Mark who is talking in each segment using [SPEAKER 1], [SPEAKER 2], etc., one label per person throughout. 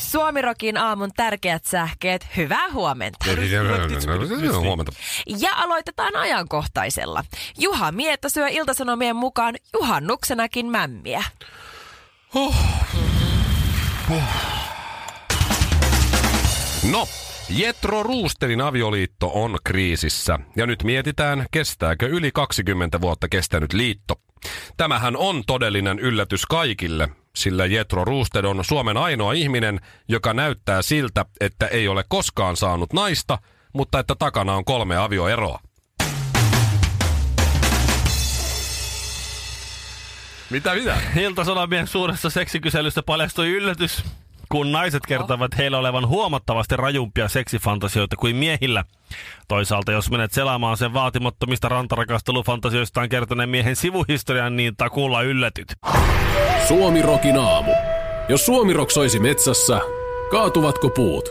[SPEAKER 1] Suomirokin aamun tärkeät sähkeet, hyvää huomenta.
[SPEAKER 2] Huomenta.
[SPEAKER 1] Ja aloitetaan ajankohtaisella. Juha Miettä syö iltasanomien mukaan juhannuksenakin mämmiä.
[SPEAKER 2] No, Jetro Roosterin avioliitto on kriisissä. Ja nyt mietitään, kestääkö yli 20 vuotta kestänyt liitto. Tämähän on todellinen yllätys kaikille, sillä Jetro Roosted on Suomen ainoa ihminen, joka näyttää siltä, että ei ole koskaan saanut naista, mutta että takana on kolme avioeroa. Mitä mitä?
[SPEAKER 3] Iltasanomien suuressa seksikyselyssä paljastui yllätys, kun naiset kertovat heillä olevan huomattavasti rajumpia seksifantasioita kuin miehillä. Toisaalta jos menet selaamaan sen vaatimattomista rantarakastelufantasioistaan kertoneen miehen sivuhistorian, niin takuulla yllätyt.
[SPEAKER 4] Suomi Rokin aamu. Jos Suomi Rock soisi metsässä, kaatuvatko puut?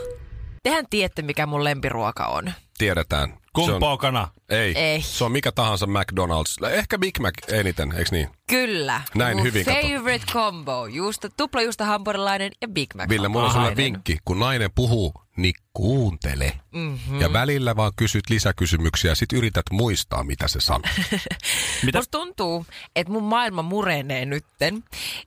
[SPEAKER 1] Tehän tiedätte, mikä mun lempiruoka on.
[SPEAKER 2] Tiedetään.
[SPEAKER 3] Kumppa on kana?
[SPEAKER 2] Ei.
[SPEAKER 1] Ei.
[SPEAKER 2] Se on mikä tahansa McDonald's. Ehkä Big Mac eniten, eikö niin?
[SPEAKER 1] Kyllä.
[SPEAKER 2] Näin
[SPEAKER 1] mun
[SPEAKER 2] hyvin, kato.
[SPEAKER 1] favorite combo. Juusta, tupla juusta hampurilainen ja Big Mac.
[SPEAKER 2] Ville, mulla on sulle
[SPEAKER 1] hampurilainen.
[SPEAKER 2] vinkki. Kun nainen puhuu, niin kuuntele.
[SPEAKER 1] Mhm.
[SPEAKER 2] Mm-hmm. Ja välillä vaan kysyt lisäkysymyksiä ja sit yrität muistaa, mitä se sanoo.
[SPEAKER 3] Mitä?
[SPEAKER 1] Musta tuntuu, että mun maailma murenee nytten.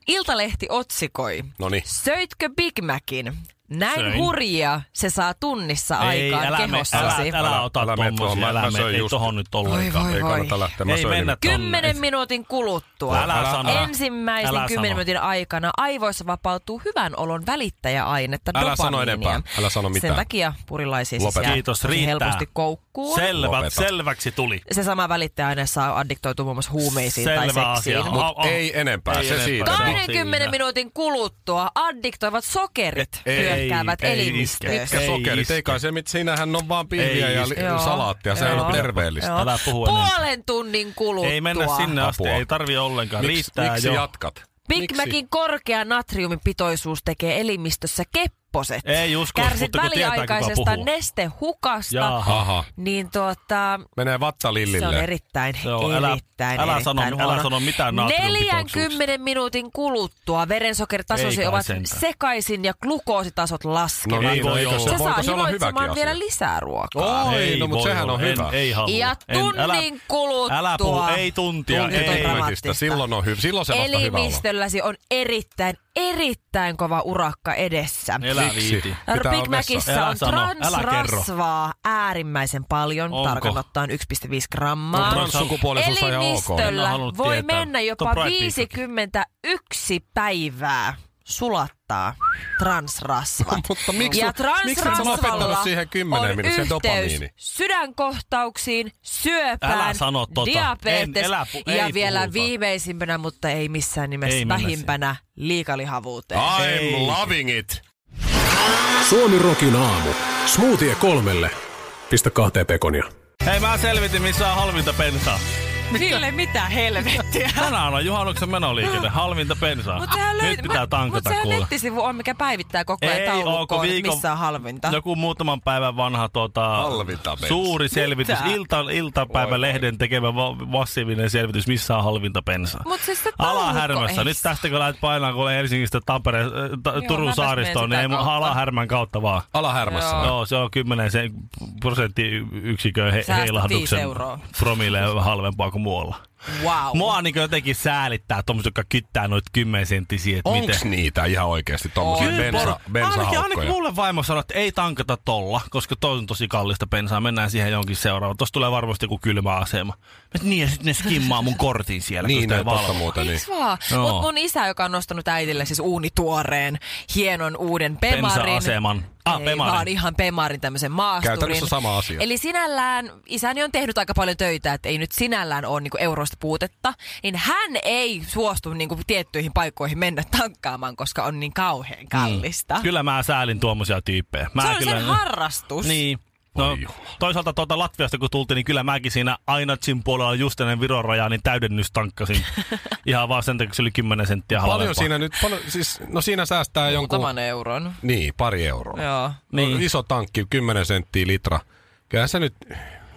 [SPEAKER 1] Iltalehti otsikoi.
[SPEAKER 2] Noniin.
[SPEAKER 1] Söitkö Big Macin? Näin
[SPEAKER 3] Söin.
[SPEAKER 1] hurjia se saa tunnissa aikaan
[SPEAKER 3] älä, me, älä,
[SPEAKER 1] kehossasi.
[SPEAKER 3] älä, älä ota
[SPEAKER 2] Älä mene tuohon,
[SPEAKER 3] tommosia,
[SPEAKER 2] mä-
[SPEAKER 3] älä
[SPEAKER 2] mä
[SPEAKER 3] me,
[SPEAKER 2] söin
[SPEAKER 3] ei
[SPEAKER 2] just-
[SPEAKER 3] tohon nyt ollenkaan.
[SPEAKER 1] Voi
[SPEAKER 2] Ei
[SPEAKER 1] voi.
[SPEAKER 2] kannata lähteä. Mä
[SPEAKER 3] Ei
[SPEAKER 2] söin
[SPEAKER 3] mennä
[SPEAKER 2] nimen.
[SPEAKER 1] Kymmenen minuutin kuluttua.
[SPEAKER 3] Älä sano.
[SPEAKER 1] Ensimmäisen
[SPEAKER 3] Älä
[SPEAKER 1] kymmenen
[SPEAKER 3] sano.
[SPEAKER 1] minuutin aikana aivoissa vapautuu hyvän olon välittäjäainetta
[SPEAKER 2] Älä sano
[SPEAKER 1] dopamiinia.
[SPEAKER 2] enempää. Älä sano mitään.
[SPEAKER 1] Sen takia purilaisia siis
[SPEAKER 2] Lopeta.
[SPEAKER 1] jää
[SPEAKER 3] Kiitos,
[SPEAKER 1] tosi
[SPEAKER 3] riittää.
[SPEAKER 1] helposti koukkuun.
[SPEAKER 3] Selvä,
[SPEAKER 2] Lopeta.
[SPEAKER 3] selväksi tuli.
[SPEAKER 1] se sama välittäjäaine saa addiktoitua muun muassa huumeisiin tai
[SPEAKER 3] Selvä
[SPEAKER 1] seksiin.
[SPEAKER 3] asia.
[SPEAKER 2] Mut
[SPEAKER 3] Au, au.
[SPEAKER 2] ei enempää, se siitä.
[SPEAKER 3] No,
[SPEAKER 1] 20
[SPEAKER 3] siinä.
[SPEAKER 1] minuutin kuluttua addiktoivat sokerit
[SPEAKER 2] Ei,
[SPEAKER 1] hyökkäävät
[SPEAKER 3] ei
[SPEAKER 1] elimistöön.
[SPEAKER 3] iske.
[SPEAKER 2] Mitkä
[SPEAKER 3] Ei
[SPEAKER 2] sokerit?
[SPEAKER 3] iske.
[SPEAKER 2] Ei kai se, mit- siinähän on vaan pihviä
[SPEAKER 3] Ei
[SPEAKER 2] ja
[SPEAKER 3] iske.
[SPEAKER 2] li-
[SPEAKER 1] Joo.
[SPEAKER 2] salaattia. Sehän
[SPEAKER 1] Joo.
[SPEAKER 2] on terveellistä.
[SPEAKER 3] Älä puhu enää.
[SPEAKER 1] Puolen tunnin kuluttua.
[SPEAKER 3] Ei mennä sinne asti,
[SPEAKER 2] Apua.
[SPEAKER 3] ei tarvi ollenkaan.
[SPEAKER 2] Miksi,
[SPEAKER 3] Riittää
[SPEAKER 2] miksi
[SPEAKER 3] jo.
[SPEAKER 2] jatkat?
[SPEAKER 1] Big
[SPEAKER 2] Miksi?
[SPEAKER 1] Macin korkea natriumipitoisuus tekee elimistössä kepposet.
[SPEAKER 3] Ei usko,
[SPEAKER 1] Kärsit
[SPEAKER 3] mutta kun tietää, kuka
[SPEAKER 1] väliaikaisesta
[SPEAKER 3] puhuu.
[SPEAKER 1] nestehukasta,
[SPEAKER 3] Jaa.
[SPEAKER 2] Aha.
[SPEAKER 1] niin tuota,
[SPEAKER 2] Menee vatta
[SPEAKER 1] se on
[SPEAKER 2] lillille.
[SPEAKER 1] erittäin,
[SPEAKER 3] Se on, älä-
[SPEAKER 1] erittäin,
[SPEAKER 3] älä sano-
[SPEAKER 1] erittäin
[SPEAKER 3] älä
[SPEAKER 1] huono.
[SPEAKER 3] sano mitään natriumipitoisuuksia.
[SPEAKER 1] 40 minuutin kuluttua verensokeritasosi
[SPEAKER 3] Ei kai
[SPEAKER 1] ovat
[SPEAKER 3] sentään.
[SPEAKER 1] sekaisin ja glukoositasot laskevat.
[SPEAKER 3] Ei voi
[SPEAKER 2] niin, eikö
[SPEAKER 3] olla.
[SPEAKER 1] se saa
[SPEAKER 2] voiko No se olla hyväkin
[SPEAKER 1] himoitsemaan
[SPEAKER 2] asia?
[SPEAKER 1] vielä lisää ruokaa.
[SPEAKER 2] Oi,
[SPEAKER 3] Ei
[SPEAKER 2] no mutta
[SPEAKER 3] voi
[SPEAKER 2] sehän on
[SPEAKER 3] olla.
[SPEAKER 2] hyvä.
[SPEAKER 3] En, ei halua.
[SPEAKER 1] Ja
[SPEAKER 3] en, älä,
[SPEAKER 1] tunnin kuluttua.
[SPEAKER 3] Älä puhu, ei tuntia.
[SPEAKER 1] Tunti
[SPEAKER 3] ei.
[SPEAKER 1] toi dramaattista.
[SPEAKER 2] Dramaattista. Silloin on hyvä. Silloin se vasta hyvä olo.
[SPEAKER 1] Elimistölläsi on erittäin, erittäin kova urakka edessä.
[SPEAKER 3] Elä viiti.
[SPEAKER 2] Pitää
[SPEAKER 1] Big
[SPEAKER 2] olla vessa.
[SPEAKER 1] Macissa
[SPEAKER 3] Älä
[SPEAKER 1] on
[SPEAKER 3] sano, älä
[SPEAKER 1] transrasvaa äärimmäisen paljon,
[SPEAKER 3] Onko?
[SPEAKER 1] tarkan ottaen 1,5 grammaa.
[SPEAKER 2] No, transsukupuolisuus on ihan ok.
[SPEAKER 3] En ole
[SPEAKER 1] Elimistöllä
[SPEAKER 3] halunnut
[SPEAKER 1] voi
[SPEAKER 3] tietää.
[SPEAKER 1] mennä
[SPEAKER 3] Tuo
[SPEAKER 1] jopa
[SPEAKER 3] Pride
[SPEAKER 1] 51 päivää sulattaa transrasva.
[SPEAKER 2] Mutta miksi-
[SPEAKER 1] ja
[SPEAKER 2] miksi et sä
[SPEAKER 1] transrasvalla
[SPEAKER 2] lopettanut siihen 10
[SPEAKER 1] on
[SPEAKER 2] minuutin, se
[SPEAKER 1] yhteys
[SPEAKER 2] dopamiini?
[SPEAKER 1] sydänkohtauksiin, syöpään,
[SPEAKER 3] Älä sano tota.
[SPEAKER 1] diabetes
[SPEAKER 3] En, elä pu-
[SPEAKER 1] ja
[SPEAKER 3] ei
[SPEAKER 1] vielä
[SPEAKER 3] puhuta.
[SPEAKER 1] viimeisimpänä, mutta ei missään Ah,
[SPEAKER 3] Ei
[SPEAKER 1] nimessä
[SPEAKER 3] mennä
[SPEAKER 1] vähimpänä, liikalihavuuteen.
[SPEAKER 2] I'm loving it.
[SPEAKER 4] Suomi Rokin aamu. Smoothie kolmelle. Pistä kahteen pekonia.
[SPEAKER 3] Hei, mä selvitin, missä on halvinta pensaa.
[SPEAKER 1] Ville, mitä helvettiä?
[SPEAKER 3] Tänään on juhannuksen menoliikenne, halvinta pensaa.
[SPEAKER 1] Mutta sehän
[SPEAKER 3] Nyt
[SPEAKER 1] löytyy,
[SPEAKER 3] pitää
[SPEAKER 1] mutta
[SPEAKER 3] tankata
[SPEAKER 1] sehän
[SPEAKER 3] kuule.
[SPEAKER 1] nettisivu on, mikä päivittää koko ajan
[SPEAKER 3] Ei oo, kun
[SPEAKER 1] taulukkoon, viikon...
[SPEAKER 3] viikon- No,
[SPEAKER 1] missä on halvinta.
[SPEAKER 3] Joku muutaman päivän vanha tota,
[SPEAKER 2] Halvinta bensaa.
[SPEAKER 3] suuri selvitys,
[SPEAKER 1] Mitä?
[SPEAKER 3] ilta, iltapäivälehden tekemä va- massiivinen selvitys, missä on halvinta pensaa.
[SPEAKER 1] Mut siis se taulukko-
[SPEAKER 3] Alahärmässä,
[SPEAKER 1] ei
[SPEAKER 3] nyt
[SPEAKER 1] saa.
[SPEAKER 3] tästä kun lähdet painaa, kun olen Helsingistä Tampere, äh, ta,
[SPEAKER 1] mäpäs
[SPEAKER 3] Turun saaristoon, niin
[SPEAKER 1] menen
[SPEAKER 3] ei
[SPEAKER 1] sitä
[SPEAKER 3] mun-
[SPEAKER 1] kautta.
[SPEAKER 3] alahärmän kautta vaan.
[SPEAKER 2] Alahärmässä.
[SPEAKER 3] Joo, se on 10 sen prosenttiyksikön he,
[SPEAKER 1] Säästät viisi
[SPEAKER 3] heilahduksen
[SPEAKER 1] euroa.
[SPEAKER 3] promille halvempaa kuin muualla.
[SPEAKER 1] Wow.
[SPEAKER 3] Mua niin jotenkin säälittää tommoset, jotka kyttää noit 10 senttisiä, että
[SPEAKER 2] Onks
[SPEAKER 3] miten...
[SPEAKER 2] niitä ihan oikeesti tommosia
[SPEAKER 3] Kyllä,
[SPEAKER 2] bensa,
[SPEAKER 3] por- ainakin, ainakin
[SPEAKER 2] bensahaukkoja?
[SPEAKER 3] mulle vaimo sanoi, että ei tankata tolla, koska toi on tosi kallista bensaa. Mennään siihen jonkin seuraavaan. Tuossa tulee varmasti joku kylmä asema. Mä, et niin, ja sitten ne skimmaa mun kortin siellä, kun
[SPEAKER 2] Niin,
[SPEAKER 3] sitä ei
[SPEAKER 2] näin totta
[SPEAKER 3] valvo.
[SPEAKER 2] muuta. Niin.
[SPEAKER 1] Eiks vaan?
[SPEAKER 3] Joo.
[SPEAKER 1] Mut mun isä, joka on nostanut äitille siis uunituoreen, hienon uuden pemarin.
[SPEAKER 3] Bensa-aseman. Ah,
[SPEAKER 1] Ei,
[SPEAKER 3] pemarin.
[SPEAKER 1] vaan ihan pemarin tämmöisen maasturin.
[SPEAKER 2] Käytännössä sama asia.
[SPEAKER 1] Eli sinällään, isäni on tehnyt aika paljon töitä, että ei nyt sinällään ole niinku euro tämmöistä puutetta, niin hän ei suostu niin kuin, tiettyihin paikkoihin mennä tankkaamaan, koska on niin kauhean kallista. Mm.
[SPEAKER 3] Kyllä mä säälin tuommoisia tyyppejä. Mä
[SPEAKER 1] Se on
[SPEAKER 3] kyllä...
[SPEAKER 1] sen harrastus.
[SPEAKER 3] Niin. No,
[SPEAKER 2] Voi jumala.
[SPEAKER 3] toisaalta tuolta Latviasta kun tultiin, niin kyllä mäkin siinä Ainatsin puolella just ennen Viron rajaa, niin täydennys tankkasin. Ihan vaan sen takia, kun se oli 10 senttiä
[SPEAKER 2] Paljon
[SPEAKER 3] halvempaa.
[SPEAKER 2] siinä nyt, paljon, siis, no siinä säästää jonkun...
[SPEAKER 1] Muutaman euron.
[SPEAKER 2] Niin, pari euroa.
[SPEAKER 1] Joo.
[SPEAKER 3] Niin.
[SPEAKER 2] Niin. Iso tankki, 10 senttiä litra. Kyllähän se nyt,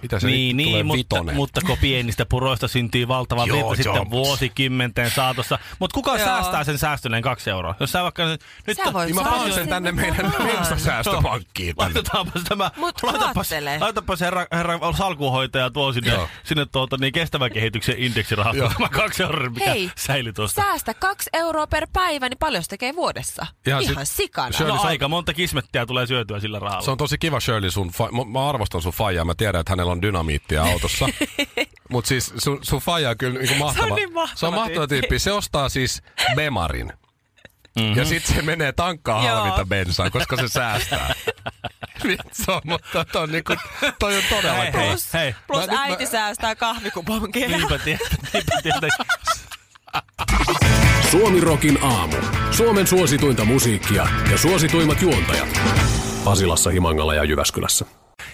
[SPEAKER 2] mitä se
[SPEAKER 3] niin,
[SPEAKER 2] nyt tulee,
[SPEAKER 3] niin mutta,
[SPEAKER 2] vitonen.
[SPEAKER 3] mutta kun pienistä puroista syntyy valtava
[SPEAKER 2] Joo,
[SPEAKER 3] virta sitten
[SPEAKER 2] joo.
[SPEAKER 3] vuosikymmenten saatossa. Mutta kuka
[SPEAKER 1] Joo.
[SPEAKER 3] säästää sen säästyneen kaksi euroa? Jos sä vaikka... Nyt
[SPEAKER 1] Sä voit
[SPEAKER 2] niin mä
[SPEAKER 1] Sä
[SPEAKER 2] panen
[SPEAKER 1] voit
[SPEAKER 2] sen
[SPEAKER 1] sen
[SPEAKER 2] tänne meidän
[SPEAKER 1] vaan.
[SPEAKER 2] metsasäästöpankkiin. tänne.
[SPEAKER 3] Laitetaanpas tämä,
[SPEAKER 1] Mut
[SPEAKER 3] laitapas,
[SPEAKER 1] ajattele.
[SPEAKER 3] laitapas herra, herra salkuhoitaja tuo sinne,
[SPEAKER 2] Joo.
[SPEAKER 3] sinne tuota, niin kestävän kehityksen indeksirahasto.
[SPEAKER 2] Joo.
[SPEAKER 3] Tämä kaksi euroa, mikä
[SPEAKER 1] Hei,
[SPEAKER 3] säili tuosta.
[SPEAKER 1] säästä kaksi euroa per päivä, niin paljon se tekee vuodessa? Ihan,
[SPEAKER 2] Ihan sit-
[SPEAKER 1] Ihan sikana.
[SPEAKER 2] se-
[SPEAKER 3] No
[SPEAKER 2] Shirley,
[SPEAKER 3] aika monta kismettiä tulee syötyä sillä rahalla.
[SPEAKER 2] Se on tosi kiva Shirley, sun fa- mä- mä arvostan sun faijaa, mä tiedän, että hänellä on dynamiittia autossa. Mutta siis sun, sun faija on kyllä niinku mahtava.
[SPEAKER 1] niin mahtava
[SPEAKER 2] se on mahtava tyyppi. tyyppi. Se ostaa siis Bemarin. Mm-hmm. Ja sitten se menee tankkaan
[SPEAKER 1] Joo.
[SPEAKER 2] halvinta bensaa, koska se säästää. Vitsi, mutta toi on, niinku, toi on todella
[SPEAKER 3] Hei,
[SPEAKER 2] kova.
[SPEAKER 3] hei,
[SPEAKER 1] Plus,
[SPEAKER 3] hei.
[SPEAKER 2] Mä
[SPEAKER 1] plus
[SPEAKER 2] nyt mä-
[SPEAKER 1] äiti säästää kahvikuponkeja.
[SPEAKER 3] Niinpä tietä, niinpä tietenkin.
[SPEAKER 4] Suomirokin aamu. Suomen suosituinta musiikkia ja suosituimmat juontajat. Pasilassa, Himangalla ja Jyväskylässä.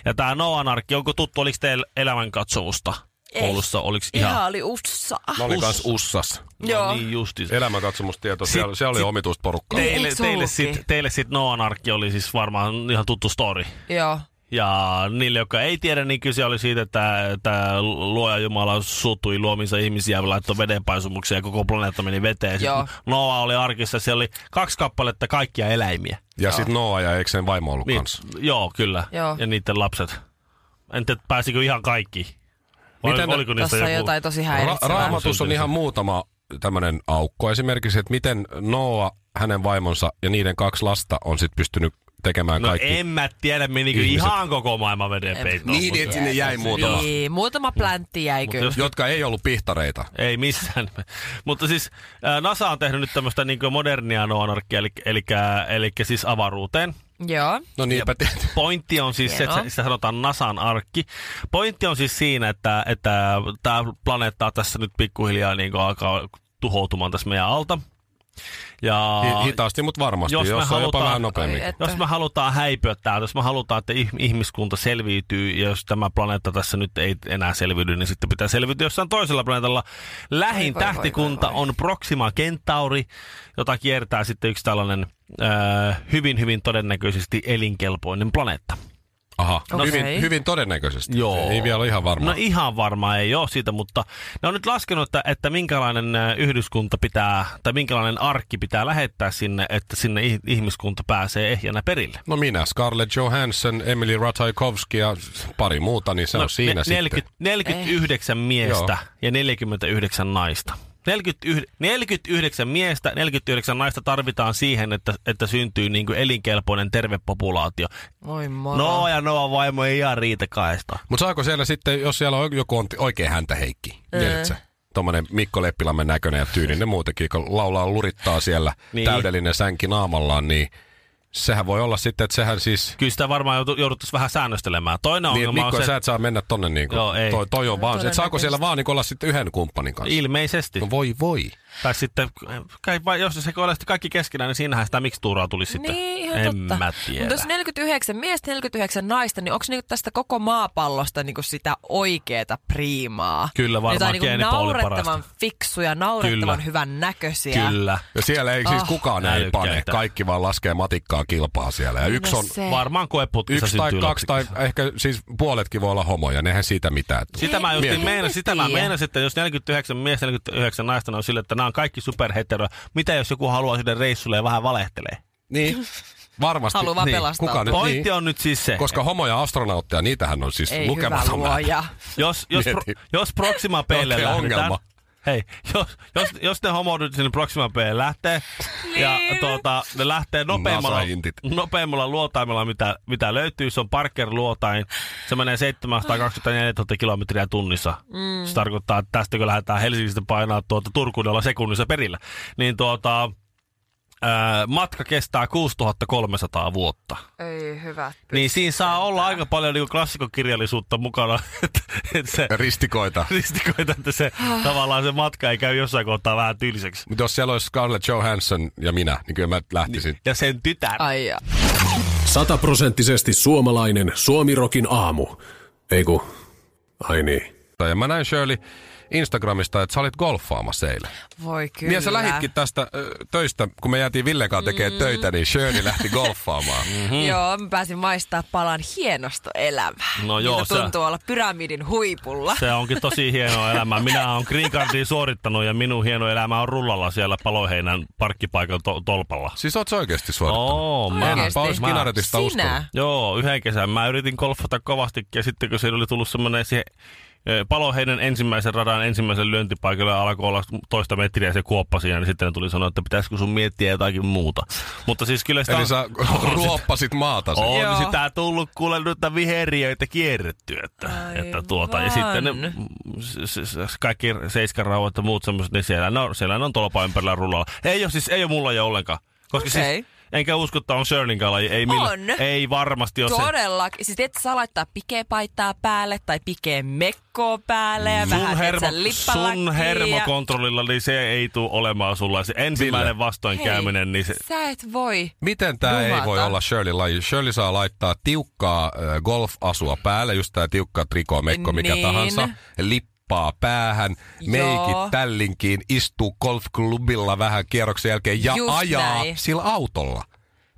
[SPEAKER 3] Ja tää Noanarkki, onko tuttu, oliko teillä elämänkatsomusta?
[SPEAKER 1] Ei.
[SPEAKER 3] Oulussa, oliks ihan...
[SPEAKER 1] Ihan oli ussaa.
[SPEAKER 2] Mä olin kans Ussas.
[SPEAKER 1] Joo.
[SPEAKER 3] No niin justiin.
[SPEAKER 2] Elämänkatsomustieto, siellä,
[SPEAKER 3] Sit-
[SPEAKER 2] siellä oli
[SPEAKER 3] sit-
[SPEAKER 2] omituista porukkaa.
[SPEAKER 1] Ei,
[SPEAKER 3] Teille,
[SPEAKER 1] eiks
[SPEAKER 3] teille,
[SPEAKER 1] ollutkin?
[SPEAKER 3] sit, teille sit Noanarkki oli siis varmaan ihan tuttu story.
[SPEAKER 1] Joo.
[SPEAKER 3] Ja niille, jotka ei tiedä, niin kyse oli siitä, että tämä luoja Jumala sutui luominsa ihmisiä ja laittoi vedenpaisumukseen ja koko planeetta meni veteen. Sit
[SPEAKER 1] Joo.
[SPEAKER 3] Noa oli arkissa, siellä oli kaksi kappaletta kaikkia eläimiä. Niin,
[SPEAKER 2] Ja sitten Noa ja eikö sen vaimo ollut kanssa?
[SPEAKER 3] Joo, kyllä.
[SPEAKER 1] Joo.
[SPEAKER 3] Ja niiden lapset. En tiedä, pääsikö ihan kaikki. Vai,
[SPEAKER 2] Miten ne-
[SPEAKER 3] oliko niistä
[SPEAKER 1] Tässä on
[SPEAKER 3] joku...
[SPEAKER 1] jotain tosi
[SPEAKER 2] Ra-
[SPEAKER 1] häiritsevää.
[SPEAKER 2] raamatus on ihan muutama tämmöinen aukko. Esimerkiksi, että miten Noa, hänen vaimonsa ja niiden kaksi lasta on sitten pystynyt tekemään
[SPEAKER 3] No
[SPEAKER 2] kaikki.
[SPEAKER 3] en mä tiedä, menikö
[SPEAKER 2] Ihmiset.
[SPEAKER 3] ihan koko maailman veden
[SPEAKER 1] En-
[SPEAKER 3] peittoon.
[SPEAKER 2] Niin,
[SPEAKER 3] mutta-
[SPEAKER 2] että sinne jäi muutama,
[SPEAKER 1] Niin, muutama pläntti jäi kyllä.
[SPEAKER 3] jos-
[SPEAKER 2] jotka ei ollut pihtareita.
[SPEAKER 3] Ei missään. nimessä. Mutta siis ää, NASA on tehnyt nyt tämmöistä niin modernia noanarkkia, eli, eli, eli siis avaruuteen.
[SPEAKER 1] Joo.
[SPEAKER 2] No niinpä tietysti.
[SPEAKER 3] Pointti on siis se, että
[SPEAKER 1] Hienoa.
[SPEAKER 3] se- sitä sanotaan NASAn arkki. Pointti on siis siinä, että että tämä planeetta tässä nyt pikkuhiljaa niin alkaa tuhoutumaan tässä meidän alta. Ja
[SPEAKER 2] Hitaasti, mutta varmasti,
[SPEAKER 3] Jos
[SPEAKER 2] jos, jos
[SPEAKER 3] me
[SPEAKER 2] on jopa
[SPEAKER 3] halutaan-
[SPEAKER 2] vähän nopeammin.
[SPEAKER 1] Ai et.
[SPEAKER 3] jos me halutaan häipyä täältä, jos me halutaan, että ih- ihmiskunta selviytyy, ja jos tämä planeetta tässä nyt ei enää selviydy, niin sitten pitää selviytyä jossain toisella planeetalla. Lähin
[SPEAKER 1] Voi, voi,
[SPEAKER 3] tähtikunta
[SPEAKER 1] voi, voi,
[SPEAKER 3] on Proxima Centauri, jota kiertää sitten yksi tällainen äh, hyvin, hyvin todennäköisesti elinkelpoinen planeetta.
[SPEAKER 2] Aha, No
[SPEAKER 1] Okei.
[SPEAKER 2] hyvin, hyvin todennäköisesti.
[SPEAKER 3] Joo.
[SPEAKER 2] Ei vielä ole ihan varma.
[SPEAKER 3] No ihan varmaan ei ole siitä, mutta ne on nyt laskenut, että, että minkälainen ö, yhdyskunta pitää, tai minkälainen arkki pitää lähettää sinne, että sinne ih- ihmiskunta pääsee ehjänä perille.
[SPEAKER 2] No minä, Scarlett Johansson, Emily Ratajkowski ja pari muuta, niin se
[SPEAKER 3] no,
[SPEAKER 2] on siinä Eh.
[SPEAKER 3] ne- 40, 49 miestä
[SPEAKER 2] Joo.
[SPEAKER 3] ja 49 naista. 49, 49 miestä, 49 naista tarvitaan siihen, että, että syntyy niin kuin elinkelpoinen terve populaatio.
[SPEAKER 1] Voi moro.
[SPEAKER 3] No ja Noa vaimo ei ihan riitä kaesta.
[SPEAKER 2] Mutta saako siellä sitten, jos siellä on joku on oikein häntä Heikki,
[SPEAKER 1] Öö.
[SPEAKER 2] tiedätkö? Tuommoinen Mikko Leppilammen näköinen ja tyylinen muutenkin, kun laulaa lurittaa siellä
[SPEAKER 3] Niin.
[SPEAKER 2] niin. täydellinen sänki naamallaan, niin sehän voi olla sitten, että sehän siis...
[SPEAKER 3] Kyllä sitä varmaan joutu- jouduttaisiin vähän säännöstelemään. Toinen
[SPEAKER 2] Niin,
[SPEAKER 3] ongelma
[SPEAKER 2] että
[SPEAKER 3] on
[SPEAKER 2] Mikko,
[SPEAKER 3] se,
[SPEAKER 2] sä et saa mennä tonne niin kuin,
[SPEAKER 3] Joo, ei.
[SPEAKER 2] toi, toi on vaan, että saako
[SPEAKER 1] todennäköisesti.
[SPEAKER 2] siellä vaan niin olla sitten yhden kumppanin kanssa?
[SPEAKER 3] ilmeisesti.
[SPEAKER 2] No voi voi.
[SPEAKER 3] Tai sitten, kai, vai jos se kohdalla kaikki keskenään, niin siinähän sitä mikstuuraa tulisi sitten.
[SPEAKER 1] Niin, ihan
[SPEAKER 3] en
[SPEAKER 1] totta.
[SPEAKER 3] mä
[SPEAKER 1] Mutta
[SPEAKER 3] tiedä.
[SPEAKER 1] jos 49 miestä, 49 naista, niin onko niinku tästä koko maapallosta niinku sitä oikeeta priimaa?
[SPEAKER 3] Kyllä varmaan
[SPEAKER 1] Jotain niinku
[SPEAKER 3] geenipooli
[SPEAKER 1] naurettavan
[SPEAKER 3] parasta.
[SPEAKER 1] fiksuja, naurettavan
[SPEAKER 3] Kyllä.
[SPEAKER 1] hyvän näköisiä.
[SPEAKER 3] Kyllä.
[SPEAKER 2] Ja siellä ei siis
[SPEAKER 1] Ah.
[SPEAKER 2] kukaan ei
[SPEAKER 3] Älykkäitä.
[SPEAKER 2] pane, kaikki vaan laskee matikkaa kilpaa siellä. Ja yksi
[SPEAKER 1] No
[SPEAKER 2] on,
[SPEAKER 1] se.
[SPEAKER 3] Varmaan koeputkissa
[SPEAKER 2] yksi tai
[SPEAKER 3] syntyy
[SPEAKER 2] kaksi tai
[SPEAKER 3] lapsi.
[SPEAKER 2] ehkä siis puoletkin voi olla homoja, nehän siitä mitään tule.
[SPEAKER 3] Sitä mä just
[SPEAKER 2] Mieti.
[SPEAKER 3] meinasin, sitä mä
[SPEAKER 1] Mietin.
[SPEAKER 3] meinasin, että jos 49 miestä, 49 naista ne on sille, että nämä on kaikki superheteroja. Mitä jos joku haluaa sinne reissulle ja vähän valehtelee?
[SPEAKER 2] Niin. Varmasti.
[SPEAKER 1] Haluaa
[SPEAKER 2] niin.
[SPEAKER 1] pelastaa.
[SPEAKER 2] Kuka nyt,
[SPEAKER 3] Pointti
[SPEAKER 2] niin.
[SPEAKER 3] on nyt siis se,
[SPEAKER 2] Koska homoja astronautteja, niitähän on siis
[SPEAKER 1] Ei hyvä
[SPEAKER 2] lukematon määrä.
[SPEAKER 1] luoja.
[SPEAKER 3] jos, jos, pro,
[SPEAKER 2] Mieti.
[SPEAKER 3] jos Proxima Pelle
[SPEAKER 2] Oikea
[SPEAKER 3] lähdetään,
[SPEAKER 2] ongelma.
[SPEAKER 3] Hei, jos, jos, jos ne homoudut sinne Proxima P lähtee, ja tuota, ne lähtee nopeimmalla,
[SPEAKER 2] NASA-intit.
[SPEAKER 3] nopeimmalla luotaimella, mitä, mitä löytyy. Se on Parker-luotain. Se menee 724 000 kilometriä tunnissa. Mm. Se tarkoittaa, että tästä kun lähdetään Helsingistä painaa tuota Turkuun, niin ollaan sekunnissa perillä. Niin tuota, ää, matka kestää 6300 vuotta.
[SPEAKER 1] Ei hyvä.
[SPEAKER 3] Niin siinä saa olla aika paljon niin klassikokirjallisuutta mukana, että et se
[SPEAKER 2] Ristikoita.
[SPEAKER 3] ristikoita, että se tavallaan se matka ei käy jossain kohtaa vähän tylsäksi.
[SPEAKER 2] Mutta jos siellä olisi Scarlett Johansson ja minä, niin kyllä mä lähtisin.
[SPEAKER 3] Ja sen tytär.
[SPEAKER 1] Ai jaa.
[SPEAKER 4] Sataprosenttisesti suomalainen Suomirokin aamu. Ei ku, ai niin.
[SPEAKER 2] Ja mä näin Shirley Instagramista, että sä olit golfaamassa eilen.
[SPEAKER 1] Voi kyllä.
[SPEAKER 2] Kyllä. Niin ja sä lähitkin tästä ö, töistä, kun me jäätiin Villen kanssa tekemään mm. töitä, niin Shirley lähti golfaamaan.
[SPEAKER 1] Mm. Joo, mä pääsin maistaa palan hienosta elämää.
[SPEAKER 3] No joo,
[SPEAKER 1] Miltä
[SPEAKER 3] se-
[SPEAKER 1] tuntuu olla pyramidin huipulla.
[SPEAKER 3] Se onkin tosi hienoa elämää. Minä olen Green Cardin suorittanut ja minun hieno elämä on rullalla siellä Paloheinän parkkipaikan to- tolpalla.
[SPEAKER 2] siis oot sä oikeasti suorittanut?
[SPEAKER 3] Oo, mä,
[SPEAKER 2] En
[SPEAKER 1] Oikeesti?
[SPEAKER 2] Paus Kinaretista uskonut.
[SPEAKER 1] Sinä?
[SPEAKER 3] Joo, yhden kesän. Mä yritin golfata kovasti ja sitten kun se oli tullut semmoinen siihen ö, Paloheinän ensimmäisen radan ensimmäisen lyöntipaikalle ja alkoi olla toista metriä se kuoppa siinä, niin sitten ne tuli sanoa, että pitäisikö sun miettiä jotakin muuta. Mutta siis kyllä sitä...
[SPEAKER 2] Eli sä ruoppasit maata sen.
[SPEAKER 3] On
[SPEAKER 1] Joo.
[SPEAKER 3] sitä tullut kuule noita viheriöitä kierrettyä. Että, että tuota, ja sitten ne,
[SPEAKER 1] Aivan.
[SPEAKER 3] mm, s- s- s- kaikki seiskarauvat ja muut semmoiset, niin siellä, no, siellä ne on tolpa ympärillä rullalla. Ei ole siis, ei ole mulla jo ollenkaan. Koska
[SPEAKER 1] Okei.
[SPEAKER 3] siis, enkä usko, että on Shirleyn laji. Ei,
[SPEAKER 1] On.
[SPEAKER 3] ei varmasti ole se.
[SPEAKER 1] Todellakin. Siis et saa laittaa pikeä paitaa päälle tai pikeä mekkoa päälle ja vähän hermo,
[SPEAKER 3] sun hermokontrollilla, niin se ei tule olemaan sulla. Se ensimmäinen vastoinkäyminen, niin se...
[SPEAKER 1] Sä et voi.
[SPEAKER 2] Miten tämä ei
[SPEAKER 1] Jumata.
[SPEAKER 2] voi olla Shirley laji? Shirley saa laittaa tiukkaa ö, golf-asua päälle, just tämä tiukka trikomekko, mikä
[SPEAKER 1] Niin.
[SPEAKER 2] tahansa, lippaa päähän,
[SPEAKER 1] Joo.
[SPEAKER 2] meikit tällinkiin, istuu golfklubilla vähän kierroksen jälkeen ja
[SPEAKER 1] Just
[SPEAKER 2] ajaa
[SPEAKER 1] näin.
[SPEAKER 2] sillä autolla.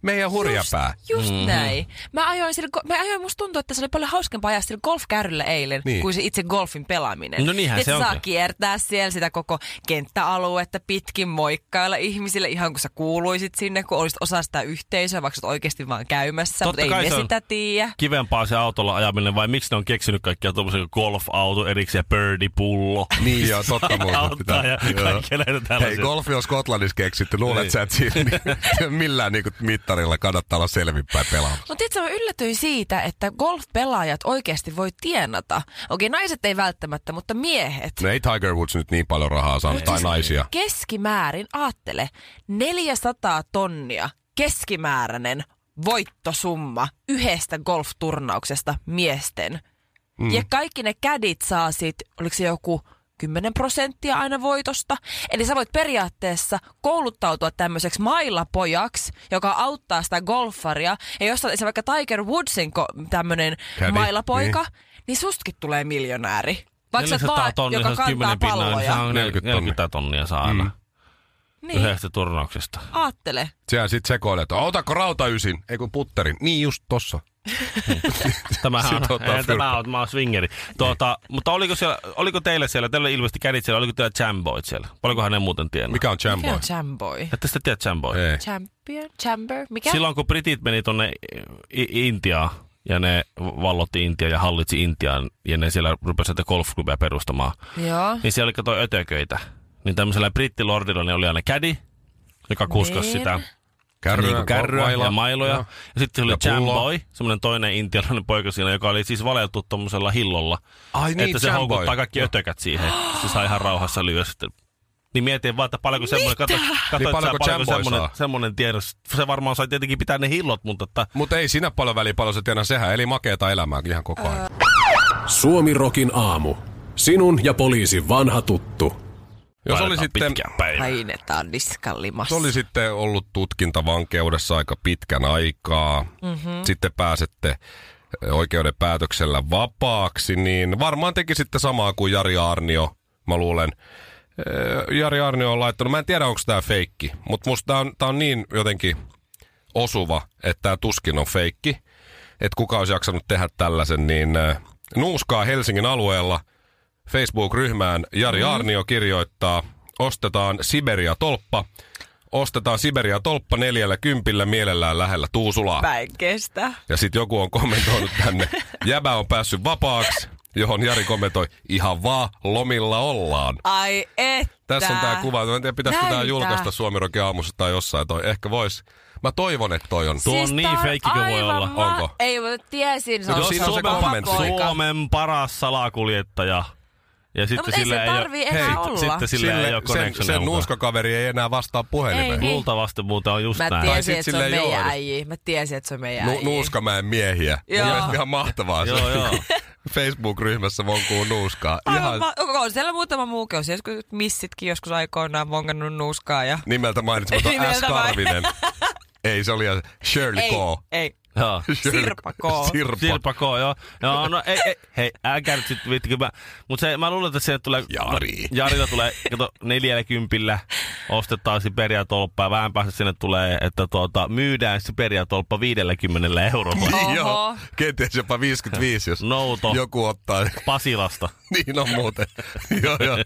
[SPEAKER 2] Meidän hurja pää.
[SPEAKER 1] Just mm-hmm. näin. Mä ajoin, sillä, go- mä ajoin, musta tuntuu, että se oli paljon hauskempaa ajaa sillä golfkärryllä eilen,
[SPEAKER 2] Niin.
[SPEAKER 1] niin. kuin se itse golfin pelaaminen.
[SPEAKER 3] No niinhän
[SPEAKER 1] Et
[SPEAKER 3] se
[SPEAKER 1] sä saa
[SPEAKER 3] onkin.
[SPEAKER 1] kiertää siellä sitä koko kenttäaluetta pitkin moikkailla ihmisille, ihan kun sä kuuluisit sinne, kun olisit osa sitä yhteisöä, vaikka sä oot oikeasti vaan käymässä,
[SPEAKER 3] Totta
[SPEAKER 1] mutta ei
[SPEAKER 3] kai
[SPEAKER 1] ne
[SPEAKER 3] se on.
[SPEAKER 1] sitä tiedä.
[SPEAKER 3] kivempaa se autolla ajaminen vai miksi ne on keksinyt kaikkia tuommoisia golf-auto erikseen birdie-pullo?
[SPEAKER 2] Niin joo, totta muuta
[SPEAKER 3] Auttaa ja kaikkea näitä
[SPEAKER 2] Hei,
[SPEAKER 3] tällaisia.
[SPEAKER 2] golfi on Skotlannissa keksitty. Luulet
[SPEAKER 3] Niin.
[SPEAKER 2] sä, että siinä millään niinku mittarilla kannattaa olla selvinpäin pelaamassa.
[SPEAKER 1] No tiedätkö, mä yllätyin siitä, että golfpelaajat oikeasti voi tienata. Okei, naiset ei välttämättä, mutta miehet.
[SPEAKER 2] No ei Tiger Woods nyt niin paljon rahaa saanut, tai naisia.
[SPEAKER 1] Keskimäärin, aattele, 400 tonnia keskimääräinen voittosumma yhdestä golfturnauksesta miesten. Mm. Ja kaikki ne kädit saa sit, oliko se joku 10 prosenttia aina voitosta. Eli sä voit periaatteessa kouluttautua tämmöiseksi mailapojaksi, joka auttaa sitä golfaria. Ja jos sä- se vaikka Tiger Woodsin ko- tämmönen
[SPEAKER 2] Kädi,
[SPEAKER 1] mailapoika, niin. niin sustakin tulee miljonääri. Vaikka sä oot
[SPEAKER 3] 400
[SPEAKER 1] vaan,
[SPEAKER 3] tonnia,
[SPEAKER 1] joka
[SPEAKER 3] se on
[SPEAKER 1] kantaa
[SPEAKER 3] 10 pinnaa, niin
[SPEAKER 1] palloja.
[SPEAKER 3] sehän on
[SPEAKER 2] 40
[SPEAKER 3] 40,
[SPEAKER 2] tonnia.
[SPEAKER 3] 40 tonnia saa aina
[SPEAKER 1] Niin.
[SPEAKER 3] yhdestä turnauksesta.
[SPEAKER 1] Aattele.
[SPEAKER 2] Sehän sit sekoilee, että otako rautaysin, ei kun putterin. Niin just tossa.
[SPEAKER 3] Tämähän
[SPEAKER 2] Sit
[SPEAKER 3] on,
[SPEAKER 2] ottaa
[SPEAKER 3] ei, tämä
[SPEAKER 2] fyrkkaa.
[SPEAKER 3] on, mä oon swingeri. Tuota,
[SPEAKER 1] Niin.
[SPEAKER 3] mutta oliko, siellä, oliko teillä siellä, teillä oli ilmeisesti kädit siellä, oliko teillä jamboit siellä? Paljonkohan ne muuten tienaa?
[SPEAKER 2] Mikä on
[SPEAKER 1] Mikä
[SPEAKER 2] jamboy?
[SPEAKER 1] on jamboy?
[SPEAKER 3] Ette sitä tiedä jamboy?
[SPEAKER 2] Ei.
[SPEAKER 1] Champion? Chamber? Mikä?
[SPEAKER 3] Silloin kun britit meni tonne I- I- Intiaan ja ne vallotti Intiaa ja hallitsi Intiaan ja ne siellä rupesi näitä golfklubeja perustamaan,
[SPEAKER 1] Joo.
[SPEAKER 3] niin siellä oli kato ötököitä. Niin tämmöisellä brittilordilla ne oli aina kädi, joka kuskasi
[SPEAKER 1] Niin.
[SPEAKER 3] sitä
[SPEAKER 2] Kärryä,
[SPEAKER 3] niin kärryä
[SPEAKER 2] mailaa.
[SPEAKER 3] ja mailoja.
[SPEAKER 2] Joo.
[SPEAKER 3] Ja sitten oli
[SPEAKER 2] Ja pulloa.
[SPEAKER 3] Jamboy, semmoinen toinen intialainen poika siinä, joka oli siis valeltu tommosella hillolla.
[SPEAKER 2] Ai niin,
[SPEAKER 3] että se
[SPEAKER 2] Jamboy.
[SPEAKER 3] houkuttaa kaikki ötökät siihen. Se saa ihan rauhassa lyödä sitten. Niin mietin vaan, että paljonko semmoinen, kato, kato
[SPEAKER 2] Niin
[SPEAKER 3] niin
[SPEAKER 2] paljonko
[SPEAKER 3] paljonko, paljonko
[SPEAKER 2] Jamboy
[SPEAKER 3] semmoinen,
[SPEAKER 2] saa?
[SPEAKER 3] semmoinen tiedos. Se varmaan sai tietenkin pitää ne hillot, mutta että
[SPEAKER 2] Mutta ei siinä paljon väliä paljon se tiedä, sehän eli makeeta elämää ihan koko ajan.
[SPEAKER 4] Suomirokin aamu. Sinun ja poliisin vanha tuttu.
[SPEAKER 2] Jos oli
[SPEAKER 3] vaihdetaan
[SPEAKER 2] sitten,
[SPEAKER 3] pitkään päivään.
[SPEAKER 1] Painetaan niskan
[SPEAKER 2] se
[SPEAKER 1] limassa.
[SPEAKER 2] oli sitten ollut tutkintavankeudessa aika pitkän aikaa,
[SPEAKER 3] Mhm.
[SPEAKER 2] mm-hmm. sitten pääsette oikeuden päätöksellä vapaaksi, niin varmaan tekisitte samaa kuin Jari Arnio, mä luulen. Öö, Jari Arnio on laittanut, mä en tiedä onko tämä feikki, mutta musta tää on, tää on niin jotenkin osuva, että tämä tuskin on feikki. Että kuka olisi jaksanut tehdä tällaisen, niin ö, nuuskaa Helsingin alueella Facebook-ryhmään Jari Arnio kirjoittaa, ostetaan Siberia-tolppa, ostetaan Siberia-tolppa neljällä kympillä mielellään lähellä Tuusulaa.
[SPEAKER 1] Päin kestä.
[SPEAKER 2] Ja sitten joku on kommentoinut tänne, jäbä on päässyt vapaaksi, johon Jari kommentoi, ihan vaan lomilla ollaan.
[SPEAKER 1] Ai että.
[SPEAKER 2] Tässä on tämä kuva, mä en tiedä pitäisikö tämä
[SPEAKER 1] Näytä.
[SPEAKER 2] julkaista Suomirokin aamussa tai jossain toi. Ehkä vois. Mä toivon, että toi on.
[SPEAKER 3] Tuo on niin
[SPEAKER 1] Siis tää
[SPEAKER 3] feikki kuin voi
[SPEAKER 1] aivan
[SPEAKER 3] olla.
[SPEAKER 1] Ma-
[SPEAKER 2] Onko?
[SPEAKER 1] Ei, mutta tiesin. Se
[SPEAKER 2] No
[SPEAKER 1] on
[SPEAKER 2] siinä on se
[SPEAKER 1] kova
[SPEAKER 2] kommentti.
[SPEAKER 1] poika.
[SPEAKER 3] Suomen paras salakuljettaja. Ja
[SPEAKER 1] No,
[SPEAKER 3] sitten
[SPEAKER 1] mutta ei
[SPEAKER 3] sillä
[SPEAKER 1] sen
[SPEAKER 3] ei
[SPEAKER 1] tarvii
[SPEAKER 3] ole,
[SPEAKER 1] enää
[SPEAKER 2] Hei,
[SPEAKER 1] olla.
[SPEAKER 3] sitten sillä ei ole
[SPEAKER 2] sen,
[SPEAKER 3] connection
[SPEAKER 2] sen nuuskakaveri ei enää vastaa puhelimeen.
[SPEAKER 1] Ei.
[SPEAKER 3] Luultavasti muuta on just
[SPEAKER 1] Mä
[SPEAKER 3] näin.
[SPEAKER 2] Tai
[SPEAKER 1] tiesin,
[SPEAKER 2] sit
[SPEAKER 1] että se
[SPEAKER 2] sillä
[SPEAKER 1] on
[SPEAKER 2] ei
[SPEAKER 1] meidän
[SPEAKER 2] ole.
[SPEAKER 1] äijii. Mä tiesin, että se on meidän
[SPEAKER 2] Nu-
[SPEAKER 1] äijii.
[SPEAKER 2] nuuskamäen miehiä. Joo.
[SPEAKER 1] Joo.
[SPEAKER 2] Mun mielestä ihan mahtavaa se.
[SPEAKER 3] Joo, joo.
[SPEAKER 2] Facebook-ryhmässä vonkuu nuuskaa. Ihan
[SPEAKER 1] Aivan, ma- on siellä muutama muukin. On siellä joskus missitkin joskus aikoinaan vonkannut nuuskaa. Ja...
[SPEAKER 2] nimeltä mainitsematon S.
[SPEAKER 1] Nimeltä main-
[SPEAKER 2] Karvinen. Ei, se oli ihan Shirley
[SPEAKER 1] Ei,
[SPEAKER 2] K.
[SPEAKER 1] ei.
[SPEAKER 3] Joo.
[SPEAKER 2] Shirley-
[SPEAKER 1] Sirpa K.
[SPEAKER 2] Sirpa.
[SPEAKER 3] Sirpa K, joo. joo no, ei, ei, hei, älkää nyt sitten vittikö. Mä, mut se, mä luulen, että se tulee...
[SPEAKER 2] Jari.
[SPEAKER 3] Jarilla tulee, kato, 40 ostetaan Siberia tolppa ja vähän päästä sinne tulee, että tuota, myydään Siberia tolppa 50 eurolla.
[SPEAKER 1] Oho.
[SPEAKER 2] Joo, kenties jopa 55, jos
[SPEAKER 3] Nouto.
[SPEAKER 2] joku ottaa.
[SPEAKER 3] Pasilasta.
[SPEAKER 2] niin on muuten. joo, joo.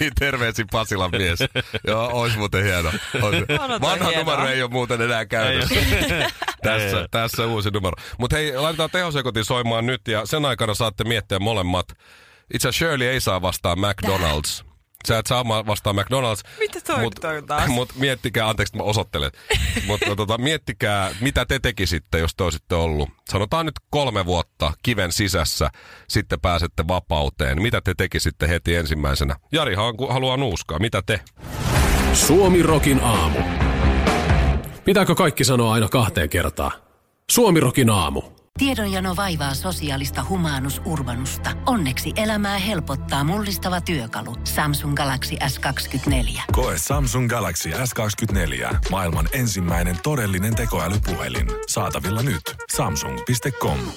[SPEAKER 2] Niin terveisiin Pasilan mies. joo, ois muuten hieno. Ois.
[SPEAKER 1] On toi
[SPEAKER 2] Vanha
[SPEAKER 1] hienoa.
[SPEAKER 2] numero ei ole muuten enää
[SPEAKER 3] Ei
[SPEAKER 2] käynyt.
[SPEAKER 3] oo.
[SPEAKER 2] tässä, tässä uusi numero. Mutta hei, laitetaan tehosekoti soimaan nyt ja sen aikana saatte miettiä molemmat. Itse asiassa Shirley ei saa vastaan McDonald's. Sä et saa ma- vastaan McDonald's.
[SPEAKER 1] Mitä toi
[SPEAKER 2] mut,
[SPEAKER 1] nyt on taas?
[SPEAKER 2] Mut miettikää, anteeksi, että mä osoittelen. mutta tota, miettikää, mitä te tekisitte, jos te olisitte ollut. Sanotaan nyt kolme vuotta kiven sisässä, sitten pääsette vapauteen. Mitä te tekisitte heti ensimmäisenä? Jari hanku- haluaa nuuskaa. Mitä te?
[SPEAKER 4] Suomi Rokin aamu. Pitääkö kaikki sanoa aina kahteen kertaan? Suomi Rokin aamu.
[SPEAKER 5] Tiedonjano vaivaa sosiaalista humanus urbanusta. Onneksi elämää helpottaa mullistava työkalu. Samsung Galaxy S24.
[SPEAKER 6] Koe Samsung Galaxy S24. Maailman ensimmäinen todellinen tekoälypuhelin. Saatavilla nyt. Samsung.com.